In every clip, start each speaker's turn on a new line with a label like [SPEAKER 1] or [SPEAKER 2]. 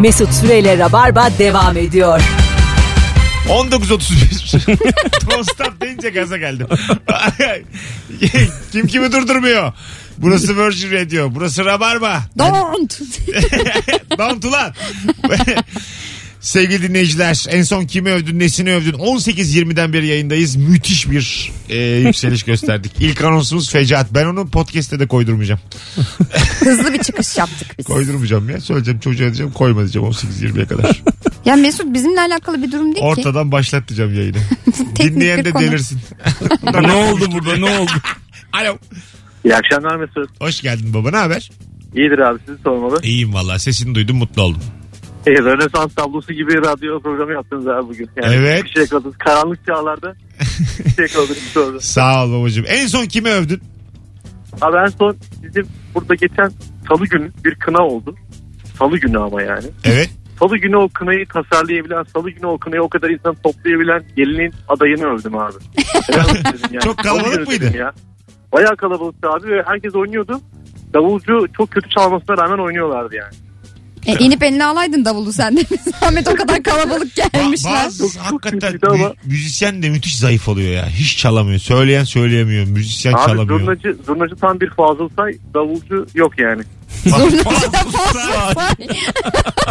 [SPEAKER 1] Mesut Süreyle Rabarba devam ediyor.
[SPEAKER 2] 19.31. Tostat deyince gaza geldim. Kim kimi durdurmuyor. Burası Virgin Radio. Burası Rabarba.
[SPEAKER 3] Don't.
[SPEAKER 2] Don't ulan. Sevgili dinleyiciler en son kimi övdün nesini övdün 18.20'den beri yayındayız müthiş bir e, yükseliş gösterdik İlk anonsumuz fecaat ben onu podcast'te de koydurmayacağım
[SPEAKER 3] Hızlı bir çıkış yaptık biz.
[SPEAKER 2] koydurmayacağım ya söyleyeceğim çocuğa diyeceğim koyma diyeceğim 18.20'ye kadar
[SPEAKER 3] Ya Mesut bizimle alakalı bir durum değil ki.
[SPEAKER 2] ortadan başlat diyeceğim yayını
[SPEAKER 3] Teknik
[SPEAKER 2] dinleyen
[SPEAKER 3] bir
[SPEAKER 2] de
[SPEAKER 3] konu.
[SPEAKER 2] delirsin
[SPEAKER 4] ne oldu burada ne oldu?
[SPEAKER 2] alo
[SPEAKER 5] İyi akşamlar Mesut.
[SPEAKER 2] hoş geldin baba ne haber
[SPEAKER 5] İyidir abi sizi sormalı.
[SPEAKER 2] İyiyim valla sesini duydum mutlu oldum.
[SPEAKER 5] E, Rönesans tablosu gibi radyo programı yaptınız abi bugün. Yani
[SPEAKER 2] Evet.
[SPEAKER 5] Bir şey yakaladınız. Karanlık çağlarda bir şey yakaladınız bir soru.
[SPEAKER 2] Sağ ol babacığım. En son kimi övdün?
[SPEAKER 5] Abi en son bizim burada geçen salı günü bir kına oldu. Salı günü ama yani.
[SPEAKER 2] Evet.
[SPEAKER 5] Salı günü o kınayı tasarlayabilen, salı günü o kınayı o kadar insan toplayabilen gelinin adayını övdüm abi. Helal olsun dedim yani.
[SPEAKER 2] Çok kalabalık
[SPEAKER 5] Salı günü
[SPEAKER 2] mıydı?
[SPEAKER 5] dedim Ya. Bayağı kalabalıktı abi ve herkes oynuyordu. Davulcu çok kötü çalmasına rağmen oynuyorlardı yani.
[SPEAKER 3] E, inip elini alaydın davulu sen de. Ahmet o kadar kalabalık gelmişler.
[SPEAKER 2] Bazı hakikaten
[SPEAKER 5] kötüydü ama.
[SPEAKER 2] mü- müzisyen de müthiş zayıf oluyor ya. Hiç çalamıyor. Söyleyen söyleyemiyor. Müzisyen
[SPEAKER 5] Abi
[SPEAKER 2] çalamıyor.
[SPEAKER 5] zurnacı, zurnacı tam bir Fazıl Say, davulcu yok yani.
[SPEAKER 3] Zurnacı da fazla.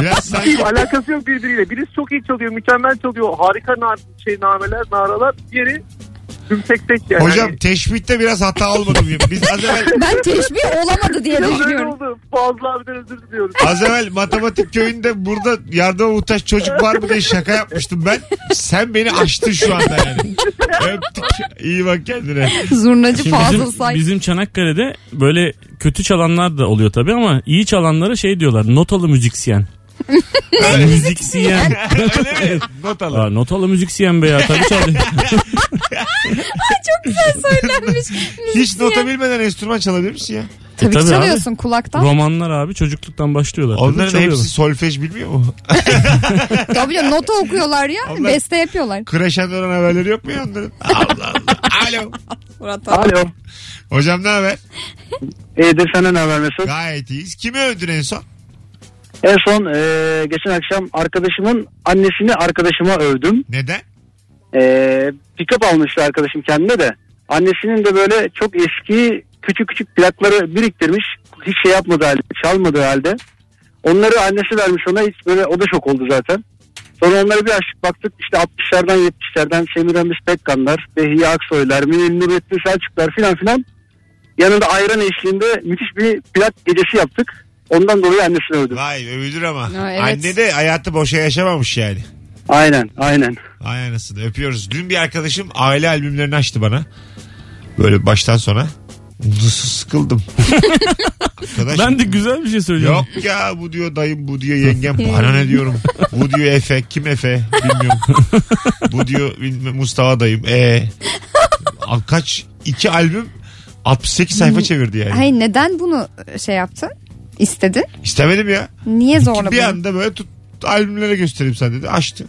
[SPEAKER 2] Biraz sanki
[SPEAKER 5] Alakası yok birbiriyle. Birisi çok iyi çalıyor, mükemmel çalıyor. Harika nar şey nameler, naralar. Diğeri tümsek tek yani.
[SPEAKER 2] Hocam
[SPEAKER 5] Hani-
[SPEAKER 2] teşbihte biraz hata olmadı mı? Biz az evvel,
[SPEAKER 3] Ben teşbih olamadı diye
[SPEAKER 5] Biraz öyle
[SPEAKER 3] düşünüyorum.
[SPEAKER 5] oldu. Fazla abiden özür diliyoruz.
[SPEAKER 2] az evvel matematik köyünde burada yardıma muhtaç çocuk var mı diye şaka yapmıştım ben. Sen beni aştın şu anda yani. Öptük. İyi bak kendine.
[SPEAKER 3] Zurnacı
[SPEAKER 4] Şimdi
[SPEAKER 3] fazla
[SPEAKER 4] bizim,
[SPEAKER 3] say.
[SPEAKER 4] bizim Çanakkale'de böyle kötü çalanlar da oluyor tabii ama iyi çalanlara şey diyorlar notalı müziksiyen. müziksiyen.
[SPEAKER 2] Öyle mi? Not al.
[SPEAKER 4] Aa, notalı müziksiyen be ya tabii çalıyor.
[SPEAKER 3] Söylenmiş.
[SPEAKER 2] Hiç nota bilmeden enstrüman çalabilir misin ya?
[SPEAKER 3] Tabii,
[SPEAKER 4] tabii abi.
[SPEAKER 3] çalıyorsun kulaktan.
[SPEAKER 4] Romanlar abi çocukluktan başlıyorlar. Tabii
[SPEAKER 2] Onların
[SPEAKER 4] çalıyorlar.
[SPEAKER 2] hepsi solfej bilmiyor mu?
[SPEAKER 3] Tabii ya, nota okuyorlar ya.
[SPEAKER 2] Onlar-
[SPEAKER 3] Beste yapıyorlar.
[SPEAKER 2] Kreşenlerin haberleri yok mu ya onların? Allah Allah. Alo.
[SPEAKER 3] Murat abi.
[SPEAKER 6] Alo.
[SPEAKER 2] Hocam ne haber?
[SPEAKER 6] İyidir sana ne haber Mesut?
[SPEAKER 2] Gayet iyiyiz. Kimi övdün en son?
[SPEAKER 6] En son e, geçen akşam arkadaşımın annesini arkadaşıma övdüm.
[SPEAKER 2] Neden?
[SPEAKER 6] E, pick-up almıştı arkadaşım kendine de. Annesinin de böyle çok eski küçük küçük plakları biriktirmiş. Hiç şey yapmadığı halde, çalmadığı halde. Onları annesi vermiş ona hiç böyle o da şok oldu zaten. Sonra onları bir açtık baktık işte 60'lardan 70'lerden Semiramis şey Pekkanlar, Behiye Aksoylar, Münil Nurettin Selçuklar filan filan. Yanında ayran eşliğinde müthiş bir plak gecesi yaptık. Ondan dolayı annesini övdüm.
[SPEAKER 2] Vay övülür ama.
[SPEAKER 3] Ha, evet.
[SPEAKER 2] Anne de hayatı boşa yaşamamış yani.
[SPEAKER 6] Aynen aynen.
[SPEAKER 2] Ay anasını öpüyoruz. Dün bir arkadaşım aile albümlerini açtı bana. Böyle baştan sona. Nasıl sıkıldım. Arkadaşım,
[SPEAKER 4] Ben de güzel bir şey söylüyorum.
[SPEAKER 2] Yok ya bu diyor dayım bu diyor yengem bana ne diyorum. Bu diyor Efe kim Efe bilmiyorum. bu diyor bilmem, Mustafa dayım. E kaç iki albüm 68 sayfa çevirdi yani.
[SPEAKER 3] Hayır neden bunu şey yaptın? İstedin.
[SPEAKER 2] İstemedim ya.
[SPEAKER 3] Niye zorla
[SPEAKER 2] Bir
[SPEAKER 3] bunu?
[SPEAKER 2] anda böyle tut albümlere göstereyim sen dedi. Açtı.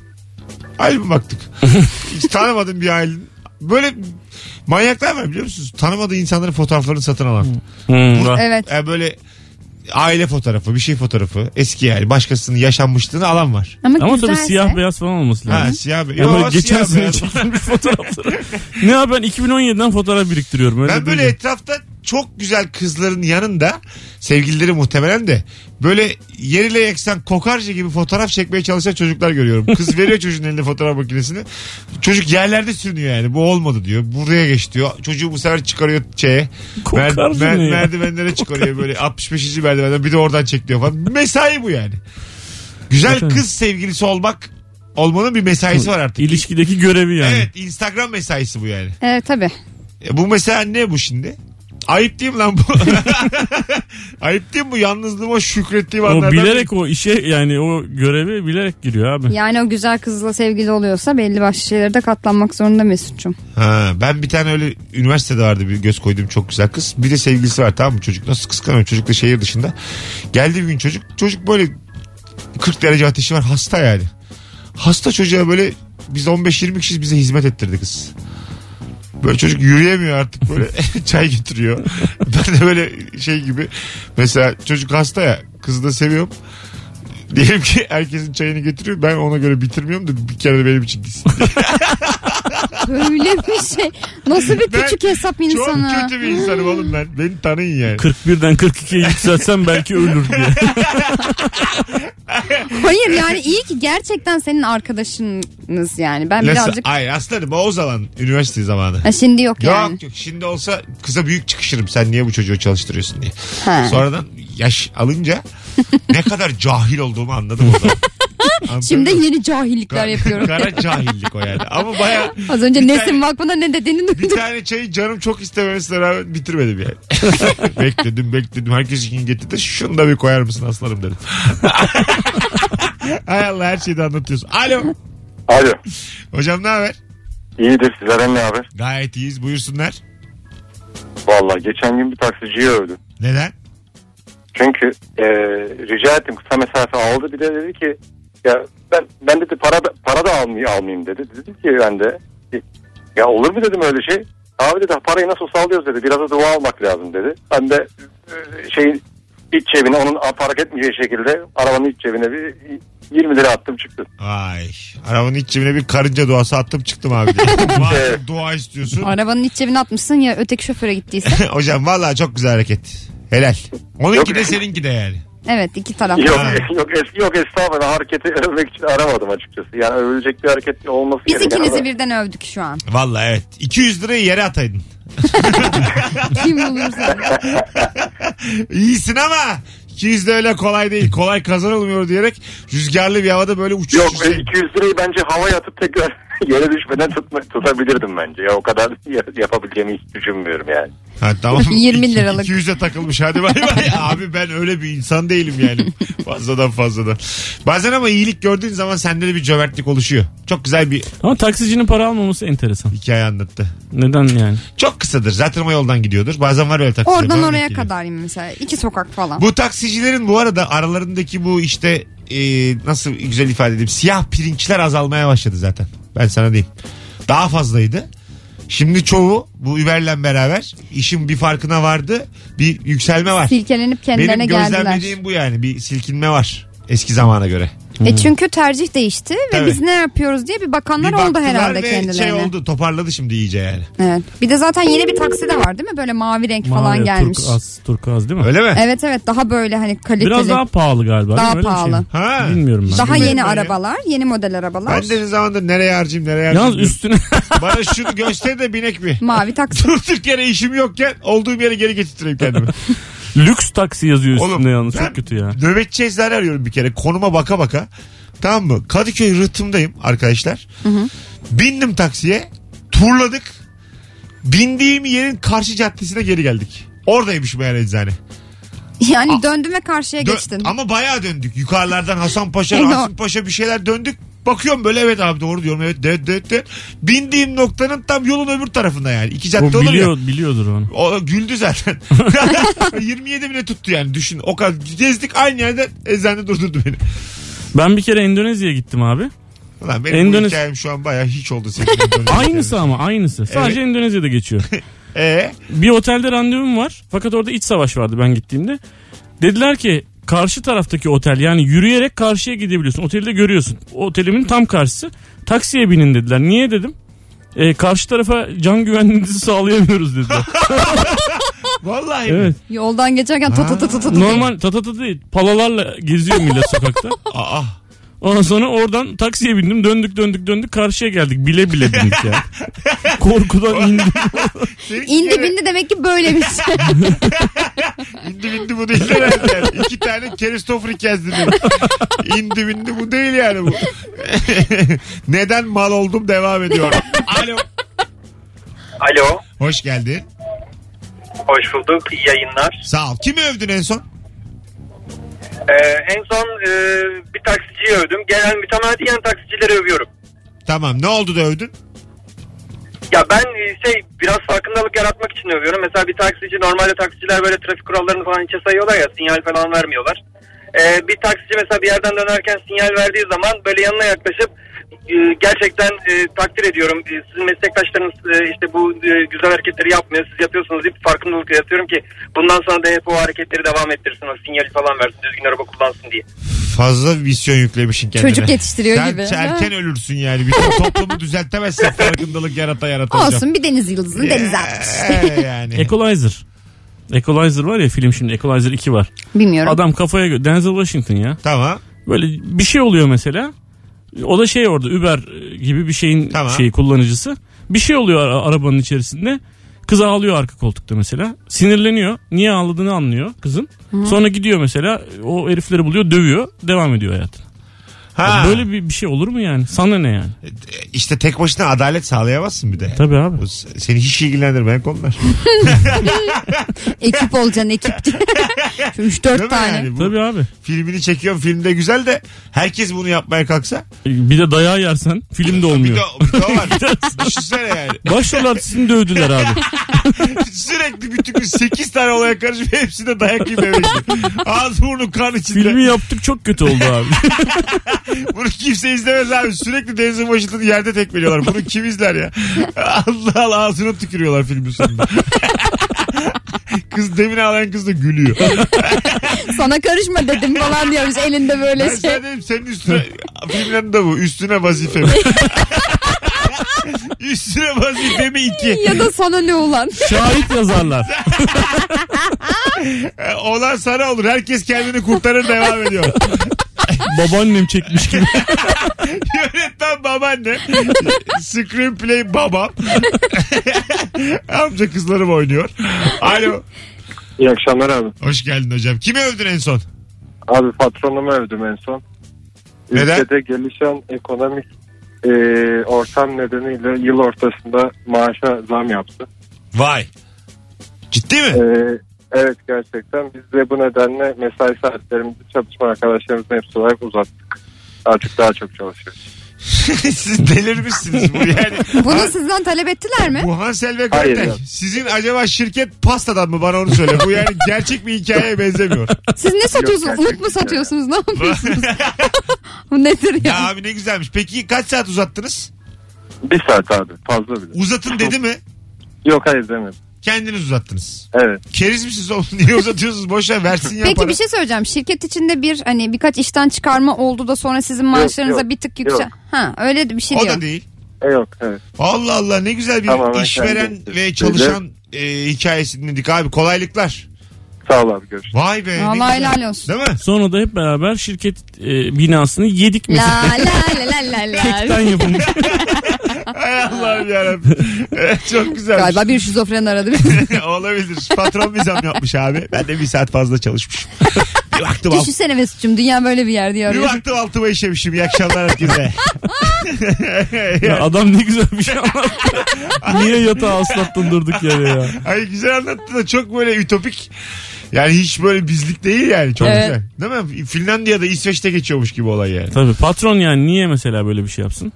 [SPEAKER 2] Albüm baktık. Hiç tanımadım bir ailenin. Böyle manyaklar var biliyor musunuz? Tanımadığı insanların fotoğraflarını satın alan.
[SPEAKER 4] Hmm, var.
[SPEAKER 3] Evet.
[SPEAKER 2] Yani böyle aile fotoğrafı, bir şey fotoğrafı. Eski yani başkasının yaşanmışlığını alan var.
[SPEAKER 3] Ama,
[SPEAKER 4] Ama
[SPEAKER 3] güzelse.
[SPEAKER 4] tabii siyah beyaz falan olması lazım.
[SPEAKER 2] Ha, siyah beyaz.
[SPEAKER 4] Yani
[SPEAKER 2] Yo,
[SPEAKER 4] böyle geçen
[SPEAKER 2] siyah
[SPEAKER 4] sene
[SPEAKER 2] beyaz.
[SPEAKER 4] çekilmiş fotoğrafları. ne ya ben 2017'den fotoğraf biriktiriyorum. Öyle
[SPEAKER 2] Ben böyle
[SPEAKER 4] değil.
[SPEAKER 2] etrafta çok güzel kızların yanında sevgilileri muhtemelen de böyle yeriyle yeksen kokarca gibi fotoğraf çekmeye çalışan çocuklar görüyorum. Kız veriyor çocuğun eline fotoğraf makinesini. Çocuk yerlerde sürünüyor yani. Bu olmadı diyor. Buraya geç diyor. Çocuğu bu sefer çıkarıyor şeye.
[SPEAKER 4] Kokarca
[SPEAKER 2] mer- mer-
[SPEAKER 4] ne ya?
[SPEAKER 2] merdivenlere çıkarıyor böyle 65. merdivenden bir de oradan çekiliyor falan. Mesai bu yani. Güzel
[SPEAKER 4] Efendim?
[SPEAKER 2] kız sevgilisi olmak olmanın bir mesaisi var artık.
[SPEAKER 4] İlişkideki görevi yani.
[SPEAKER 2] Evet Instagram mesaisi bu yani.
[SPEAKER 3] Evet tabii.
[SPEAKER 2] E, bu mesela ne bu şimdi? Ayıp değil mi lan bu? Ayıp değil mi bu? Yalnızlığıma şükrettiğim
[SPEAKER 4] O
[SPEAKER 2] anlardan.
[SPEAKER 4] bilerek o işe yani o görevi bilerek giriyor abi.
[SPEAKER 3] Yani o güzel kızla sevgili oluyorsa belli başlı şeylere de katlanmak zorunda Mesut'cum.
[SPEAKER 2] Ha, ben bir tane öyle üniversitede vardı bir göz koyduğum çok güzel kız. Bir de sevgilisi var tamam mı çocuk? Nasıl kıskanıyorum çocuk da şehir dışında. Geldi bir gün çocuk. Çocuk böyle 40 derece ateşi var hasta yani. Hasta çocuğa böyle biz 15-20 kişiyiz bize hizmet ettirdi kız. Böyle çocuk yürüyemiyor artık böyle çay getiriyor. Ben de böyle şey gibi mesela çocuk hasta ya kızı da seviyorum. Diyelim ki herkesin çayını getiriyor. Ben ona göre bitirmiyorum da bir kere de benim için gitsin.
[SPEAKER 3] Böyle bir şey. Nasıl bir
[SPEAKER 2] Ben
[SPEAKER 3] küçük hesap insanı.
[SPEAKER 2] Çok kötü bir insanım oğlum ben. Beni tanıyın yani.
[SPEAKER 4] 41'den 42'ye yükseltsem belki ölür diye.
[SPEAKER 2] şey.
[SPEAKER 3] Hayır yani iyi ki gerçekten senin arkadaşınız yani. Ben
[SPEAKER 2] Nasıl?
[SPEAKER 3] birazcık...
[SPEAKER 2] Ay aslanım o zaman üniversite zamanı.
[SPEAKER 3] Ha, şimdi yok yani.
[SPEAKER 2] Yok yok şimdi olsa kıza büyük çıkışırım sen niye bu çocuğu çalıştırıyorsun diye.
[SPEAKER 3] Ha.
[SPEAKER 2] Sonradan yaş alınca ne kadar cahil olduğumu anladım o zaman. Anladın
[SPEAKER 3] Şimdi
[SPEAKER 2] mı?
[SPEAKER 3] yeni cahillikler
[SPEAKER 2] Kara-
[SPEAKER 3] yapıyorum.
[SPEAKER 2] Kara cahillik o yani. Ama baya
[SPEAKER 3] Az önce
[SPEAKER 2] Bir
[SPEAKER 3] Nesin
[SPEAKER 2] tane-
[SPEAKER 3] Vakfı'na ne dediğini
[SPEAKER 2] bir
[SPEAKER 3] duydum.
[SPEAKER 2] tane çayı canım çok istememesine rağmen bitirmedim yani. bekledim bekledim. Herkes için getirdi. Şunu da bir koyar mısın aslanım dedim. Hay Allah her şeyi de anlatıyorsun. Alo.
[SPEAKER 5] Alo.
[SPEAKER 2] Hocam ne haber?
[SPEAKER 5] İyidir sizlerden ne haber?
[SPEAKER 2] Gayet iyiyiz buyursunlar.
[SPEAKER 5] Valla geçen gün bir taksiciyi övdüm.
[SPEAKER 2] Neden?
[SPEAKER 5] Çünkü e, rica ettim kısa mesafe aldı. Bir de dedi ki ya ben ben dedi para da, para da almayayım, almayayım dedi. Dedim ki ben de ya olur mu dedim öyle şey. Abi dedi parayı nasıl sallıyoruz dedi. Biraz da dua almak lazım dedi. Ben de e, şeyin iç cebine onun fark etmeyeceği şekilde arabanın iç cebine bir 20 lira attım çıktım.
[SPEAKER 2] Vay. Arabanın iç cebine bir karınca duası attım çıktım abi. diye. Madem dua istiyorsun.
[SPEAKER 3] Arabanın iç cebine atmışsın ya öteki şoföre gittiyse.
[SPEAKER 2] Hocam vallahi çok güzel hareket. Helal. Onunki de seninki de yani.
[SPEAKER 3] Evet iki taraf.
[SPEAKER 5] Yok
[SPEAKER 2] Ha.
[SPEAKER 5] yok es, yok estağfurullah hareketi övmek için aramadım açıkçası. Yani övülecek bir hareket olması
[SPEAKER 3] Biz
[SPEAKER 5] gereken
[SPEAKER 3] ikinizi
[SPEAKER 5] ama-
[SPEAKER 3] birden övdük şu an.
[SPEAKER 2] Vallahi evet. 200 lirayı yere ataydın.
[SPEAKER 3] Kim bulursa.
[SPEAKER 2] İyisin ama 200 de öyle kolay değil. Kolay kazanılmıyor diyerek rüzgarlı bir havada böyle uçuş.
[SPEAKER 5] Yok
[SPEAKER 2] uçuş-
[SPEAKER 5] ve 200 lirayı bence havaya atıp tekrar yere düşmeden tutma, tutabilirdim bence. Ya o kadar ya- yapabileceğimi hiç düşünmüyorum yani.
[SPEAKER 2] Ha, tamam.
[SPEAKER 3] 20 liralık.
[SPEAKER 2] 200'e takılmış hadi bay bay. Abi ben öyle bir insan değilim yani. Fazladan fazladan. Bazen ama iyilik gördüğün zaman sende de bir cömertlik oluşuyor. Çok güzel bir
[SPEAKER 4] Ama taksicinin para almaması enteresan.
[SPEAKER 2] hikaye anlattı.
[SPEAKER 4] Neden yani?
[SPEAKER 2] Çok kısadır. Zaten o yoldan gidiyordur. Bazen var böyle taksiciler.
[SPEAKER 3] Oradan
[SPEAKER 2] Bana
[SPEAKER 3] oraya
[SPEAKER 2] denk geliyor.
[SPEAKER 3] kadar yani mesela. iki sokak falan.
[SPEAKER 2] Bu taksicilerin bu arada aralarındaki bu işte e, nasıl güzel ifade edeyim siyah pirinçler azalmaya başladı zaten. Ben sana diyeyim. Daha fazlaydı. Şimdi çoğu bu Uber'le beraber işin bir farkına vardı. Bir yükselme var.
[SPEAKER 3] Silkelenip kendilerine
[SPEAKER 2] Benim
[SPEAKER 3] geldiler.
[SPEAKER 2] gözlemlediğim bu yani. Bir silkinme var eski zamana göre.
[SPEAKER 3] E çünkü tercih değişti ve
[SPEAKER 2] Tabii.
[SPEAKER 3] biz ne yapıyoruz diye bir bakanlar
[SPEAKER 2] bir
[SPEAKER 3] oldu
[SPEAKER 2] baktılar
[SPEAKER 3] herhalde
[SPEAKER 2] ve
[SPEAKER 3] kendilerine.
[SPEAKER 2] şey oldu toparladı şimdi iyice yani.
[SPEAKER 3] Evet. Bir de zaten yeni bir taksi de var değil mi? Böyle mavi renk falan
[SPEAKER 4] Mavi,
[SPEAKER 3] gelmiş.
[SPEAKER 4] Turkuaz, turkuaz değil mi?
[SPEAKER 2] Öyle mi?
[SPEAKER 3] Evet evet daha böyle hani kaliteli.
[SPEAKER 4] Biraz daha pahalı galiba.
[SPEAKER 3] Daha
[SPEAKER 4] değil mi? Öyle bir şey mi?
[SPEAKER 3] pahalı.
[SPEAKER 2] Ha.
[SPEAKER 4] Bilmiyorum ben.
[SPEAKER 3] Daha
[SPEAKER 2] Bilmiyorum
[SPEAKER 3] yeni
[SPEAKER 2] ben ya.
[SPEAKER 3] arabalar, yeni model arabalar.
[SPEAKER 2] Ben de ne zamandır nereye harcayayım nereye harcayayım.
[SPEAKER 4] Yalnız
[SPEAKER 2] diyorum.
[SPEAKER 4] üstüne
[SPEAKER 2] Bana şunu göster de binek mi?
[SPEAKER 3] Mavi taksi.
[SPEAKER 2] Durduk yere işim yokken olduğum yere geri getirtireyim kendimi.
[SPEAKER 4] lüks taksi yazıyor üstünde
[SPEAKER 2] Oğlum,
[SPEAKER 4] yalnız.
[SPEAKER 2] ben-
[SPEAKER 4] Çok kötü ya.
[SPEAKER 2] Nöbetçi eczane arıyorum bir kere. Konuma baka baka. Tamam mı? Kadıköy rıhtımdayım arkadaşlar. Bindim taksiye. Turladık. Bindiğim yerin karşı caddesine geri geldik. Oradaymış meğer eczane.
[SPEAKER 3] Yani döndüm ve karşıya
[SPEAKER 2] Ah. Dö-
[SPEAKER 3] E,
[SPEAKER 2] Ah.
[SPEAKER 3] geçtin.
[SPEAKER 2] Ama bayağı döndük. Yukarılardan Hasan Paşa,
[SPEAKER 3] Eyvah.
[SPEAKER 2] Rasim Paşa bir şeyler döndük. Bakıyorum böyle evet abi doğru diyorum evet de de de. Bindiğim noktanın tam yolun öbür tarafında yani. İki cadde
[SPEAKER 4] O
[SPEAKER 2] olur ya.
[SPEAKER 4] biliyor, biliyordur onu.
[SPEAKER 2] O güldü zaten. 27 bine tuttu yani düşün. O kadar gezdik aynı yerde eczane durdurdu beni.
[SPEAKER 4] Ben bir kere Endonezya'ya gittim abi.
[SPEAKER 2] Ulan benim bu
[SPEAKER 4] Endonez-
[SPEAKER 2] hikayem şu an baya hiç oldu. senin Endonezya
[SPEAKER 4] Aynısı ama aynısı. Sadece Endonezya'da geçiyor.
[SPEAKER 2] hikayesi. Ee,
[SPEAKER 4] bir otelde randevum var. Fakat orada iç savaş vardı ben gittiğimde. Dediler ki karşı taraftaki otel yani yürüyerek karşıya gidebiliyorsun. Oteli de görüyorsun. O otelimin tam karşısı. Taksiye binin dediler. Niye dedim? "E, karşı tarafa can güvenliğinizi sağlayamıyoruz dediler.
[SPEAKER 2] vallahi mi?
[SPEAKER 4] evet.
[SPEAKER 3] Yoldan geçerken tut tut tut tut. tut.
[SPEAKER 4] Normal tatata değil. Palalarla geziyor millet sokakta.
[SPEAKER 2] Aa,
[SPEAKER 4] Ondan sonra oradan taksiye bindim. Döndük döndük döndük karşıya geldik. Bile bile bindik ya. Korkudan indim.
[SPEAKER 2] senin
[SPEAKER 3] İndi
[SPEAKER 2] hikayen-
[SPEAKER 3] bindi demek ki böyle bir şey.
[SPEAKER 2] İndi bindi bu değil herhalde yani. İki tane Keristofri kezdi beni. İndi bindi bu değil yani bu. Neden mal oldum devam ediyor. Alo.
[SPEAKER 7] Alo,
[SPEAKER 2] Hoş geldin.
[SPEAKER 7] hoş bulduk. İyi yayınlar.
[SPEAKER 2] Sağ ol. Kimi övdün en son?
[SPEAKER 7] Ee, en son e, bir taksiciyi övdüm. Gelen mütemadiyen taksicileri övüyorum.
[SPEAKER 2] Tamam ne oldu da övdün?
[SPEAKER 7] Ya ben e, şey biraz farkındalık yaratmak için övüyorum. Mesela bir taksici, normalde taksiciler böyle trafik kurallarını falan içe sayıyorlar ya, sinyal falan vermiyorlar. Ee, bir taksici mesela bir yerden dönerken sinyal verdiği zaman böyle yanına yaklaşıp e, gerçekten e, takdir ediyorum. E, sizin meslektaşlarınız e, işte bu e, güzel hareketleri yapmıyor, siz yapıyorsunuz deyip farkındalık yaratıyorum ki bundan sonra da hep o hareketleri devam ettirsin, o sinyali falan versin, düzgün araba kullansın diye.
[SPEAKER 2] fazla vizyon yüklemişsin kendine.
[SPEAKER 3] Çocuk yetiştiriyor
[SPEAKER 2] Sen
[SPEAKER 3] gibi.
[SPEAKER 2] erken ölürsün yani. Bütün toplumu düzeltemezsin farkındalık yarata yarata. hocam.
[SPEAKER 3] Olsun bir deniz yıldızını denize atmış.
[SPEAKER 2] Ee, yani.
[SPEAKER 4] Equalizer. Equalizer var ya film şimdi Equalizer 2 var.
[SPEAKER 3] Bilmiyorum.
[SPEAKER 4] Adam kafaya gö- Denzel Washington ya.
[SPEAKER 2] tamam.
[SPEAKER 4] Böyle bir şey oluyor mesela. O da şey orada Uber e, gibi bir şeyin
[SPEAKER 2] Tamam.
[SPEAKER 4] şeyi kullanıcısı. Bir şey oluyor ara- arabanın içerisinde. Kız ağlıyor arka koltukta mesela. Sinirleniyor. Niye ağladığını anlıyor kızın. Sonra gidiyor mesela o herifleri buluyor, dövüyor, devam ediyor hayatına.
[SPEAKER 2] Ha. E,
[SPEAKER 4] Böyle bir, bir şey olur mu yani? Sana ne yani?
[SPEAKER 2] İşte tek başına adalet sağlayamazsın bir de.
[SPEAKER 4] Tabii abi.
[SPEAKER 2] Bu s- Seni hiç ilgilendirmeyen konular.
[SPEAKER 3] Ekip olacaksın ekip diye. Şu üç dört
[SPEAKER 2] Değil mi
[SPEAKER 3] tane.
[SPEAKER 2] yani? Bu
[SPEAKER 4] Tabii abi.
[SPEAKER 2] Filmini çekiyorum filmde güzel de herkes bunu yapmaya kalksa
[SPEAKER 4] Bir de dayağı yersen film de
[SPEAKER 2] bir
[SPEAKER 4] olmuyor.
[SPEAKER 2] de, bir de o var. Düşünsene yani.
[SPEAKER 4] Başrol artistini dövdüler abi.
[SPEAKER 2] Sürekli bütün gün 8 tane olaya karışıp hepsi de dayak gibi eve gidiyor. Ağız burnu kan içinde.
[SPEAKER 4] Filmi yaptık çok kötü oldu abi.
[SPEAKER 2] Bunu kimse izlemez abi. Sürekli Denzel Washington'ı yerde tekmeliyorlar. Bunu kim izler ya? Allah Allah ağzına tükürüyorlar filmin sonunda. kız demin ağlayan kız da gülüyor.
[SPEAKER 3] Sana karışma dedim falan diyoruz elinde
[SPEAKER 2] Ben
[SPEAKER 3] böyle şey.
[SPEAKER 2] sana dedim senin üstüne filmin adı da bu. Üstüne vazife mi? üstüne vazife mi iki?
[SPEAKER 3] Ya da sana ne ulan?
[SPEAKER 4] Şahit yazarlar.
[SPEAKER 2] Ee, Olan sana olur. Herkes kendini kurtarır devam ediyor.
[SPEAKER 4] Babaannem çekmiş gibi.
[SPEAKER 2] Yönetmen babaanne. Screenplay babam. Amca kızlarım oynuyor. Alo.
[SPEAKER 5] İyi akşamlar abi.
[SPEAKER 2] Hoş geldin hocam. Kimi övdün en son?
[SPEAKER 5] Abi patronumu övdüm en son.
[SPEAKER 2] Neden?
[SPEAKER 5] Ülkede gelişen ekonomik e, ortam nedeniyle yıl ortasında maaşa zam yaptı.
[SPEAKER 2] Vay. Ciddi mi?
[SPEAKER 5] E, evet gerçekten biz de bu nedenle mesai saatlerimizi çalışma arkadaşlarımızın hepsi olarak uzattık. Artık daha çok çalışıyoruz.
[SPEAKER 2] Siz delirmişsiniz bu yani.
[SPEAKER 3] Bunu sizden talep ettiler mi?
[SPEAKER 2] Bu Hansel ve
[SPEAKER 5] Hayır
[SPEAKER 2] Gretel.
[SPEAKER 5] yok.
[SPEAKER 2] Sizin acaba şirket pastadan mı bana onu söyle. Bu yani gerçek bir hikayeye benzemiyor.
[SPEAKER 3] Siz ne satıyorsunuz?
[SPEAKER 5] gerçekten
[SPEAKER 3] Umut mu satıyorsunuz? Ne yapıyorsunuz? Bu nedir ya?
[SPEAKER 2] Ya abi ne güzelmiş. Peki kaç saat uzattınız?
[SPEAKER 5] Bir saat abi fazla bile.
[SPEAKER 2] Uzatın dedi mi?
[SPEAKER 5] Yok hayır demedim.
[SPEAKER 2] Kendiniz uzattınız.
[SPEAKER 5] Evet.
[SPEAKER 2] Keriz misiniz oğlum? Niye uzatıyorsunuz? Boşver versin ya
[SPEAKER 3] Peki
[SPEAKER 2] para.
[SPEAKER 3] bir şey söyleyeceğim. Şirket içinde bir hani birkaç işten çıkarma oldu da sonra sizin maaşlarınıza
[SPEAKER 5] yok,
[SPEAKER 3] bir tık yüksel.
[SPEAKER 5] yok.
[SPEAKER 3] Ha öyle de bir şey
[SPEAKER 2] O
[SPEAKER 3] diyor.
[SPEAKER 2] da değil.
[SPEAKER 5] E, yok evet.
[SPEAKER 2] Allah Allah ne güzel bir
[SPEAKER 5] Tamamen
[SPEAKER 2] işveren
[SPEAKER 5] kendi
[SPEAKER 2] ve çalışan e, hikayesi dinledik abi. Kolaylıklar.
[SPEAKER 5] Sağ ol abi görüşürüz.
[SPEAKER 2] Vay be. ne
[SPEAKER 3] Vallahi
[SPEAKER 2] güzel.
[SPEAKER 3] helal olsun.
[SPEAKER 2] Değil mi?
[SPEAKER 4] Sonra da hep beraber şirket e, binasını yedik
[SPEAKER 3] La
[SPEAKER 4] mesela.
[SPEAKER 3] la la la la
[SPEAKER 4] Kekten
[SPEAKER 3] la.
[SPEAKER 4] yapılmış.
[SPEAKER 2] Ay Allah'ım yarabbim. Evet, Çok güzel.
[SPEAKER 3] Galiba bir şizofren aradı bizi.
[SPEAKER 2] Olabilir. Patron bir zam yapmış abi. Ben de bir saat fazla çalışmışım. bir baktım, alt,
[SPEAKER 3] Düşünsene Mesut'cum dünya böyle bir yer diyor.
[SPEAKER 2] bir baktım altıma işemişim. İyi akşamlar herkese.
[SPEAKER 4] Ya adam ne güzel bir şey anlattı. Niye yatağı aslattın durduk yere ya.
[SPEAKER 2] Ay güzel anlattı da çok böyle ütopik. Yani hiç böyle bizlik değil yani. Çok
[SPEAKER 3] Evet.
[SPEAKER 2] güzel. Değil mi? Finlandiya'da İsveç'te geçiyormuş gibi olay yani.
[SPEAKER 4] Tabii patron yani niye mesela böyle bir şey yapsın?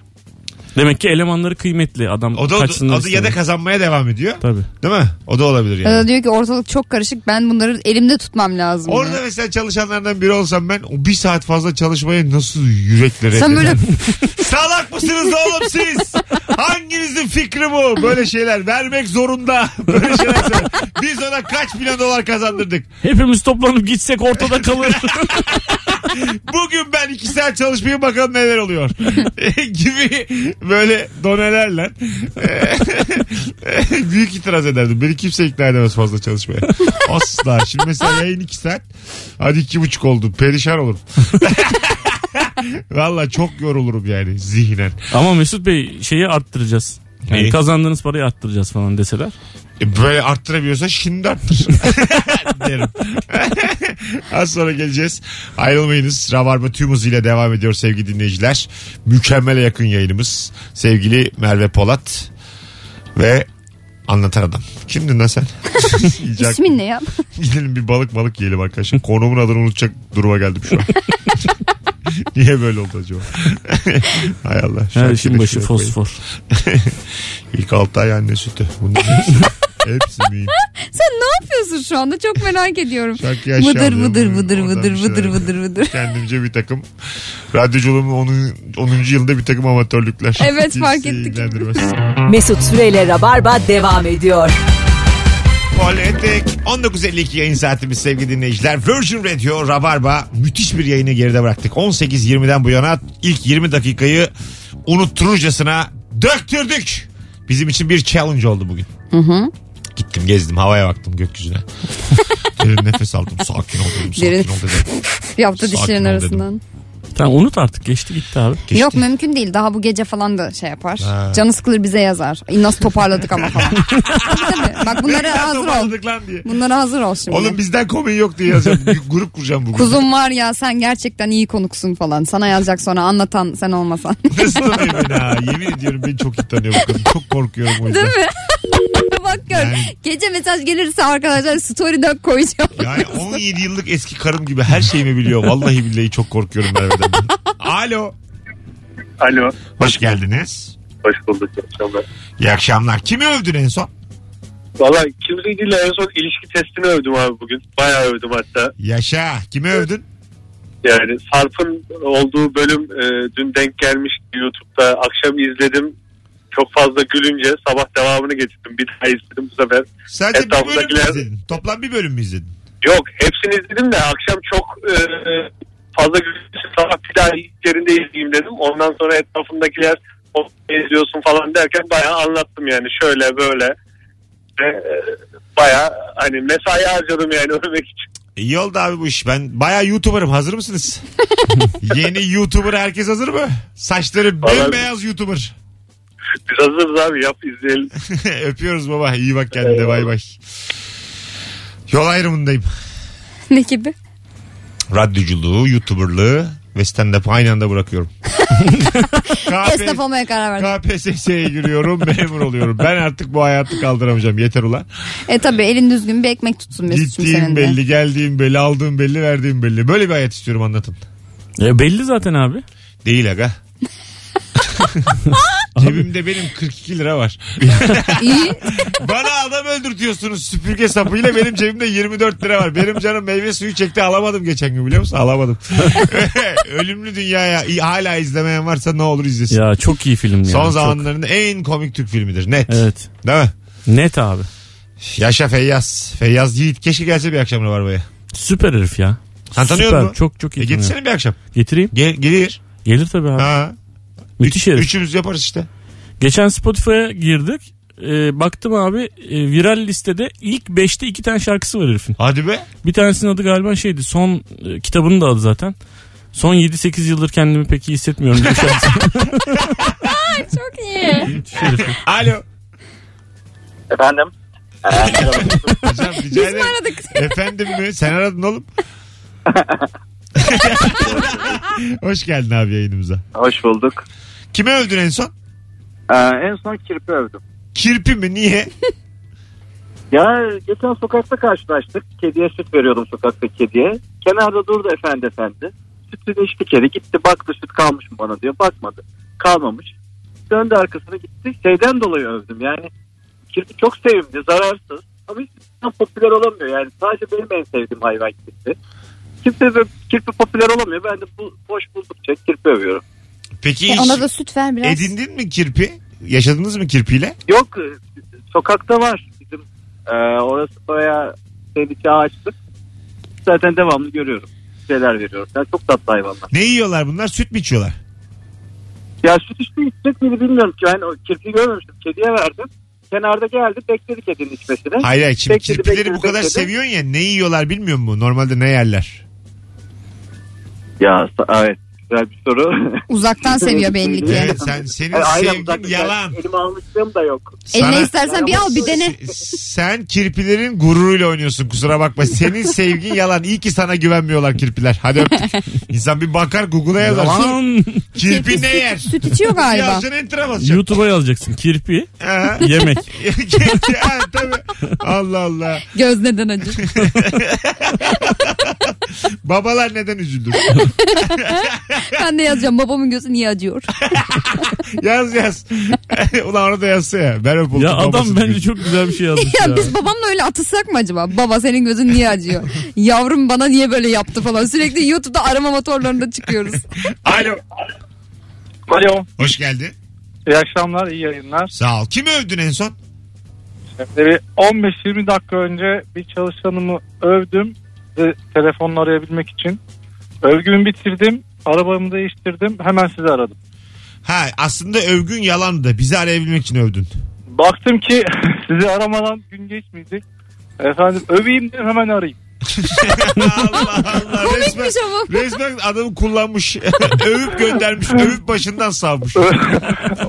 [SPEAKER 4] Demek ki elemanları kıymetli adam
[SPEAKER 2] O da, o da, o da
[SPEAKER 4] kaçsınlar
[SPEAKER 2] ya da
[SPEAKER 4] istemiyor.
[SPEAKER 2] kazanmaya devam ediyor.
[SPEAKER 4] Tabii.
[SPEAKER 2] Değil mi? O da olabilir yani.
[SPEAKER 3] Ya da Ee, diyor ki ortalık çok karışık ben bunları elimde tutmam lazım. diyor.
[SPEAKER 2] Orada mesela çalışanlardan biri olsam ben o bir saat fazla çalışmaya nasıl yürekleri
[SPEAKER 3] Sen böyle
[SPEAKER 2] Salak mısınız oğlum siz? Hanginizin fikri bu? Böyle şeyler vermek zorunda. Böyle şeyler söyle. Biz ona kaç milyon dolar kazandırdık.
[SPEAKER 4] Hepimiz toplanıp gitsek ortada kalır.
[SPEAKER 2] Bugün ben iki saat çalışmayayım bakalım neler oluyor. gibi böyle donelerle büyük itiraz ederdim. Beni kimse ikna edemez fazla çalışmaya. Asla. Şimdi mesela yayın iki saat. Hadi iki buçuk oldu. Perişan olurum. Valla çok yorulurum yani zihnen.
[SPEAKER 4] Ama Mesut Bey şeyi arttıracağız. Yani
[SPEAKER 2] Neyi?
[SPEAKER 4] kazandığınız parayı arttıracağız falan deseler.
[SPEAKER 2] E, böyle arttıramıyorsa şimdi arttır. Derim. Az sonra geleceğiz. Ayrılmayınız. Rabarba tüm hızıyla devam ediyor sevgili dinleyiciler. Mükemmele yakın yayınımız. Sevgili Merve Polat ve anlatan adam. Kimdin lan sen? İyice aklım-
[SPEAKER 3] ismin ne ya?
[SPEAKER 2] Gidelim bir balık balık yiyelim arkadaşlar. Konumun adını unutacak duruma geldim şu an. Niye böyle oldu acaba? Hay Allah.
[SPEAKER 4] Her
[SPEAKER 2] şarkıyı
[SPEAKER 4] işin
[SPEAKER 2] da
[SPEAKER 4] başı
[SPEAKER 2] şuraya koyayım.
[SPEAKER 4] fosfor.
[SPEAKER 2] İlk altı ay anne sütü. Bunların hepsi miyim?
[SPEAKER 3] Sen ne yapıyorsun şu anda çok merak ediyorum.
[SPEAKER 2] Şarkıyı aşağı
[SPEAKER 3] Vıdır
[SPEAKER 2] alıyorum.
[SPEAKER 3] vıdır vıdır
[SPEAKER 2] Oradan
[SPEAKER 3] vıdır
[SPEAKER 2] bir şeyler
[SPEAKER 3] vıdır
[SPEAKER 2] yapıyorum.
[SPEAKER 3] vıdır vıdır.
[SPEAKER 2] Kendimce bir takım radyoculuğumun 10. 10. yılında bir takım amatörlükler.
[SPEAKER 3] Evet, fark
[SPEAKER 2] Kimseyi
[SPEAKER 3] ettik.
[SPEAKER 2] ilgilendirmez.
[SPEAKER 1] Mesut Süreyle Rabarba devam ediyor.
[SPEAKER 2] Politik 19.52 yayın saatimiz sevgili dinleyiciler. Virgin Radio Rabarba müthiş bir yayını geride bıraktık. 18.20'den bu yana ilk 20 dakikayı unuttururcasına döktürdük. Bizim için bir challenge oldu bugün. Gittim gezdim havaya baktım gökyüzüne. Derin nefes aldım sakin ol dedim sakin
[SPEAKER 3] Derin-
[SPEAKER 2] ol dedim.
[SPEAKER 3] Yaptı
[SPEAKER 2] Sakin ol
[SPEAKER 3] dişlerin
[SPEAKER 2] dedim.
[SPEAKER 3] arasından.
[SPEAKER 4] Tamam unut artık geçti gitti abi.
[SPEAKER 2] Geçti.
[SPEAKER 3] Yok mümkün değil. Daha bu gece falan da şey yapar.
[SPEAKER 2] Ha.
[SPEAKER 3] Canı sıkılır bize yazar. "İyi, Nasıl toparladık ama falan. tabii tabii. Bak bunlara hazır ol.
[SPEAKER 2] Toparladık lan diye.
[SPEAKER 3] Bunlara hazır ol şimdi.
[SPEAKER 2] Oğlum bizden komedi yok diye yazacağım. Bir grup kuracağım bugün.
[SPEAKER 3] Kuzum var ya sen gerçekten iyi konuksun falan. Sana yazacak sonra anlatan sen olmasan.
[SPEAKER 2] Nasıl tanıyor beni ha? Yemin ediyorum beni çok iyi tanıyor bu kadın. Çok korkuyorum o yüzden.
[SPEAKER 3] Değil mi? Bak gör.
[SPEAKER 2] Yani-
[SPEAKER 3] Gece mesaj gelirse arkadaşlar story'den koyacağım.
[SPEAKER 2] Yani 17 yıllık eski karım gibi her şeyimi biliyor. Vallahi billahi çok korkuyorum Merve'den. Alo.
[SPEAKER 5] Alo.
[SPEAKER 2] Hoş geldiniz.
[SPEAKER 5] Hoş bulduk. iyi akşamlar.
[SPEAKER 2] İyi akşamlar. Kimi övdün en son?
[SPEAKER 5] Valla kimse değil en son ilişki testini övdüm abi bugün. Bayağı övdüm hatta.
[SPEAKER 2] Yaşa. Kimi övdün?
[SPEAKER 5] Yani Sarp'ın olduğu bölüm e, dün denk gelmişti YouTube'da. Akşam izledim. Çok fazla gülünce sabah devamını getirdim. Bir daha izledim bu sefer.
[SPEAKER 2] Sadece bir bölüm mü
[SPEAKER 5] Etrafındakiler-
[SPEAKER 2] izledin? Toplam bir bölüm mü izledin?
[SPEAKER 5] Yok hepsini izledim de akşam çok e, fazla gülünce sabah bir daha yerinde izleyeyim dedim. Ondan sonra etrafımdakiler o izliyorsun falan derken bayağı anlattım yani şöyle böyle. E, e, bayağı hani mesai harcadım yani övmek için.
[SPEAKER 2] İyi E, oldu abi bu iş. Ben bayağı YouTuber'ım. Hazır mısınız? Yeni YouTuber herkes hazır mı? Saçları
[SPEAKER 5] Vallahi-
[SPEAKER 2] bembeyaz YouTuber.
[SPEAKER 5] Biz hazırız abi yap izleyelim.
[SPEAKER 2] Öpüyoruz baba. İyi bak kendine. Bay bay. Yol ayrımındayım.
[SPEAKER 3] ne gibi?
[SPEAKER 2] radyoculuğu, youtuberlığı ve stand-up aynı anda bırakıyorum.
[SPEAKER 3] Esnaf
[SPEAKER 2] KP,
[SPEAKER 3] olmaya karar verdim.
[SPEAKER 2] KPSS'ye giriyorum memur oluyorum. Ben artık bu hayatı kaldıramayacağım yeter ulan.
[SPEAKER 3] E tabi elin düzgün bir ekmek tutsun Mesut'um
[SPEAKER 2] Gittiğim
[SPEAKER 3] senin de.
[SPEAKER 2] belli geldiğim belli aldığım belli verdiğim belli. Böyle bir hayat istiyorum anlatın.
[SPEAKER 4] E, belli zaten abi.
[SPEAKER 2] Değil aga. Cebimde benim 42 lira var.
[SPEAKER 3] İyi.
[SPEAKER 2] Bana adam öldürtüyorsunuz süpürge sapıyla benim cebimde 24 lira var. Benim canım meyve suyu çekti alamadım geçen gün biliyor musun? Alamadım. Ölümlü dünyaya hala izlemeyen varsa ne olur izlesin.
[SPEAKER 4] Ya çok iyi film ya.
[SPEAKER 2] Son
[SPEAKER 4] çok.
[SPEAKER 2] zamanların en komik Türk filmidir. Net.
[SPEAKER 4] Evet.
[SPEAKER 2] Değil mi?
[SPEAKER 4] Net abi.
[SPEAKER 2] Yaşa Feyyaz. Feyyaz Yiğit. Keşke gelse bir E, akşam Rabarba'ya.
[SPEAKER 4] Süper herif ya.
[SPEAKER 2] Sen tanıyor
[SPEAKER 4] Süper,
[SPEAKER 2] musun?
[SPEAKER 4] Çok çok iyi.
[SPEAKER 2] E
[SPEAKER 4] tanıyorum.
[SPEAKER 2] gitsene bir akşam.
[SPEAKER 4] Getireyim.
[SPEAKER 2] Gel, gelir.
[SPEAKER 4] Gelir tabii abi.
[SPEAKER 2] Ha.
[SPEAKER 4] Müthiş herif.
[SPEAKER 2] Üçümüz yaparız işte.
[SPEAKER 4] Geçen Spotify'a girdik. E, baktım abi e, viral listede ilk 5'te iki tane şarkısı var herifin.
[SPEAKER 2] Hadi be.
[SPEAKER 4] Bir tanesinin adı galiba şeydi. Son e, kitabının da adı zaten. Son 7-8 yıldır kendimi pek iyi hissetmiyorum. diye şarkısı.
[SPEAKER 3] Çok iyi.
[SPEAKER 4] Müthiş herif.
[SPEAKER 2] Alo.
[SPEAKER 7] Efendim?
[SPEAKER 2] Hocam rica ederim.
[SPEAKER 3] Aradık.
[SPEAKER 2] Efendim mi? Sen aradın oğlum. Hoş geldin abi yayınımıza.
[SPEAKER 8] Hoş bulduk.
[SPEAKER 2] Kime öldün en son?
[SPEAKER 8] Ee, en son kirpi övdüm.
[SPEAKER 2] Kirpi mi? Niye?
[SPEAKER 8] Ya geçen sokakta karşılaştık. Kediye süt veriyordum sokakta kediye. Kenarda durdu efendi efendi. Sütünü içti kedi. Gitti baktı süt kalmış mı bana diyor. Bakmadı. Kalmamış. Döndü arkasına gitti. Şeyden dolayı övdüm yani. Kirpi çok sevimli, zararsız. Ama hiç kimse popüler olamıyor yani. Sadece benim en sevdiğim hayvan kirpi. Kimse de kirpi popüler olamıyor. Ben de bu, boş buldukça kirpi övüyorum.
[SPEAKER 2] Peki
[SPEAKER 3] E,
[SPEAKER 2] hiç
[SPEAKER 3] ona da süt ver biraz.
[SPEAKER 2] edindin mi kirpi? Yaşadınız mı kirpiyle?
[SPEAKER 8] Yok e, sokakta var. Bizim e, orası bayağı tehlike ağaçlık. Zaten devamlı görüyorum. Şeyler veriyorum. Yani çok tatlı hayvanlar.
[SPEAKER 2] Ne yiyorlar bunlar? Süt mü içiyorlar?
[SPEAKER 8] Ya süt içti içecek miydi bilmiyorum ki. Yani o kirpiyi görmemiştim. Kediye verdim. Kenarda geldi bekledi kedinin içmesini.
[SPEAKER 2] Hayır hayır şimdi
[SPEAKER 8] Bekledi,
[SPEAKER 2] kirpileri
[SPEAKER 8] bekledi,
[SPEAKER 2] bu kadar
[SPEAKER 8] bekledi.
[SPEAKER 2] seviyorsun ya ne yiyorlar bilmiyor musun? Normalde ne yerler?
[SPEAKER 8] Ya sa- evet güzel bir soru.
[SPEAKER 3] Uzaktan seviyor belli ki.
[SPEAKER 2] Evet, sen senin
[SPEAKER 8] Yani aynen
[SPEAKER 2] sevgin
[SPEAKER 8] uzakta-
[SPEAKER 2] yalan.
[SPEAKER 8] Elime almışlığım da yok.
[SPEAKER 3] Eline
[SPEAKER 2] Sana-
[SPEAKER 3] E, istersen bir al bir dene.
[SPEAKER 2] Sen kirpilerin gururuyla oynuyorsun kusura bakma. Senin sevgin yalan. İyi ki sana güvenmiyorlar kirpiler. Hadi öptük. İnsan bir bakar Google'a yazar.
[SPEAKER 4] Lan
[SPEAKER 2] Kirpi ne yer?
[SPEAKER 3] Süt içiyor galiba.
[SPEAKER 2] Yazsın enter'a basacak.
[SPEAKER 4] YouTube'a yazacaksın. Kirpi
[SPEAKER 2] Ha.
[SPEAKER 4] yemek.
[SPEAKER 2] Kirpi, ha, tabii. Allah Allah.
[SPEAKER 3] Göz neden acı?
[SPEAKER 2] Babalar neden üzüldü?
[SPEAKER 3] Ben de yazacağım babamın gözü niye acıyor?
[SPEAKER 2] yaz yaz. Ulan onu da yazsa ya. Ben öp oldum
[SPEAKER 4] ya adam
[SPEAKER 2] babasını
[SPEAKER 4] bence
[SPEAKER 2] gördüm.
[SPEAKER 4] çok güzel bir şey yazmış ya.
[SPEAKER 3] ya biz babamla öyle atışsak mı acaba? Baba senin gözün niye acıyor? Yavrum bana niye böyle yaptı falan. Sürekli YouTube'da arama motorlarında çıkıyoruz.
[SPEAKER 2] Alo.
[SPEAKER 9] Alo.
[SPEAKER 2] Hoş geldin.
[SPEAKER 9] İyi akşamlar, iyi yayınlar.
[SPEAKER 2] Sağ ol. Kimi övdün en son?
[SPEAKER 5] Bir 15-20 dakika önce bir çalışanımı övdüm ve telefonla arayabilmek için. Övgümü bitirdim, arabamı değiştirdim, hemen sizi aradım.
[SPEAKER 2] Ha aslında övgün yalandı da bizi arayabilmek için övdün.
[SPEAKER 5] Baktım ki sizi aramadan gün geçmeyecek. Efendim öveyim dedim hemen arayayım.
[SPEAKER 2] Allah Allah. Resmen,
[SPEAKER 3] Komikmiş ama.
[SPEAKER 2] resmen adamı kullanmış. övüp göndermiş. Övüp başından savmuş.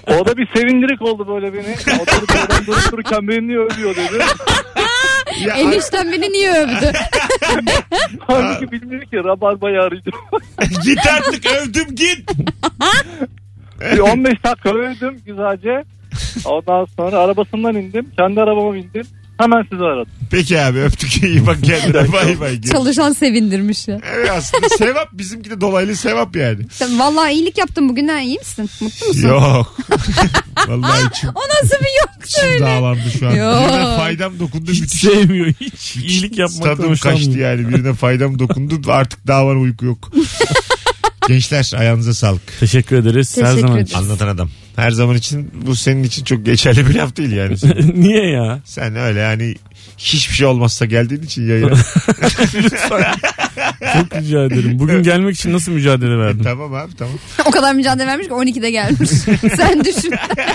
[SPEAKER 5] O da bir sevindirik oldu böyle beni. Oturup oradan durup dururken beni niye övüyor dedi.
[SPEAKER 2] Ya,
[SPEAKER 3] Enişten beni niye övdü?
[SPEAKER 5] Halbuki bilmiyor ki rabarbayı arayacağım.
[SPEAKER 2] git artık övdüm git.
[SPEAKER 5] Bir 15 dakika övdüm güzelce. Ondan sonra arabasından indim. Kendi arabama bindim. Hemen sizi aradım.
[SPEAKER 2] Peki abi öptük iyi bak kendine bay bay.
[SPEAKER 3] Çalışan sevindirmiş ya.
[SPEAKER 2] Evet aslında sevap bizimki de dolaylı sevap yani.
[SPEAKER 3] Sen Vallahi iyilik yaptın bugün ha iyi misin? Mutlu musun?
[SPEAKER 2] Yok. Vallahi içim,
[SPEAKER 3] O nasıl bir yok
[SPEAKER 2] içim
[SPEAKER 3] söyle.
[SPEAKER 2] dağlandı şu an.
[SPEAKER 3] Yok.
[SPEAKER 2] Birine faydam dokundu
[SPEAKER 4] Hiç
[SPEAKER 2] müthiş.
[SPEAKER 4] sevmiyor. Hiç iyilik yapmaktan
[SPEAKER 2] Tadım kaçtı
[SPEAKER 4] hoşlanmıyor.
[SPEAKER 2] yani. Birine faydam dokundu artık daha var uyku yok. Gençler ayağınıza sağlık.
[SPEAKER 4] Teşekkür ederiz. Her
[SPEAKER 3] Teşekkür
[SPEAKER 4] zaman.
[SPEAKER 3] ederiz.
[SPEAKER 2] Anlatan adam. Her zaman için bu senin için çok geçerli bir laf değil yani.
[SPEAKER 4] Niye ya?
[SPEAKER 2] Sen öyle yani hiçbir şey olmazsa geldiğin için yayına.
[SPEAKER 4] Çok rica ederim. Bugün gelmek için nasıl mücadele verdin?
[SPEAKER 2] tamam abi tamam.
[SPEAKER 3] o kadar mücadele vermiş ki 12'de gelmiş. Sen düşün.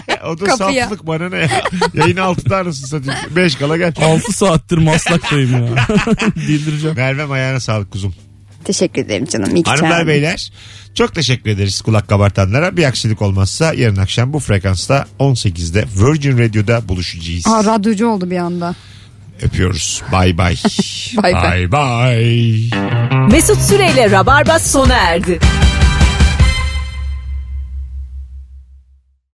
[SPEAKER 2] E, O da
[SPEAKER 3] Kapıya.
[SPEAKER 2] saflık bana ne ya. Yayın altıda arasın satayım. Beş kala gel.
[SPEAKER 4] 6 saattir maslaktayım ya. Bildireceğim.
[SPEAKER 2] Mervem ayağına sağlık kuzum.
[SPEAKER 3] Teşekkür ederim canım. İyi ki
[SPEAKER 2] Hanımlar
[SPEAKER 3] çağırdın.
[SPEAKER 2] beyler çok teşekkür ederiz kulak kabartanlara. Bir aksilik olmazsa yarın akşam bu frekansta 18'de Virgin Radio'da buluşacağız.
[SPEAKER 3] Aa, radyocu oldu bir anda.
[SPEAKER 2] Öpüyoruz. Bay bay.
[SPEAKER 3] Bay bay.
[SPEAKER 2] Bay bay.
[SPEAKER 1] Mesut Süreyle Rabarba sona erdi.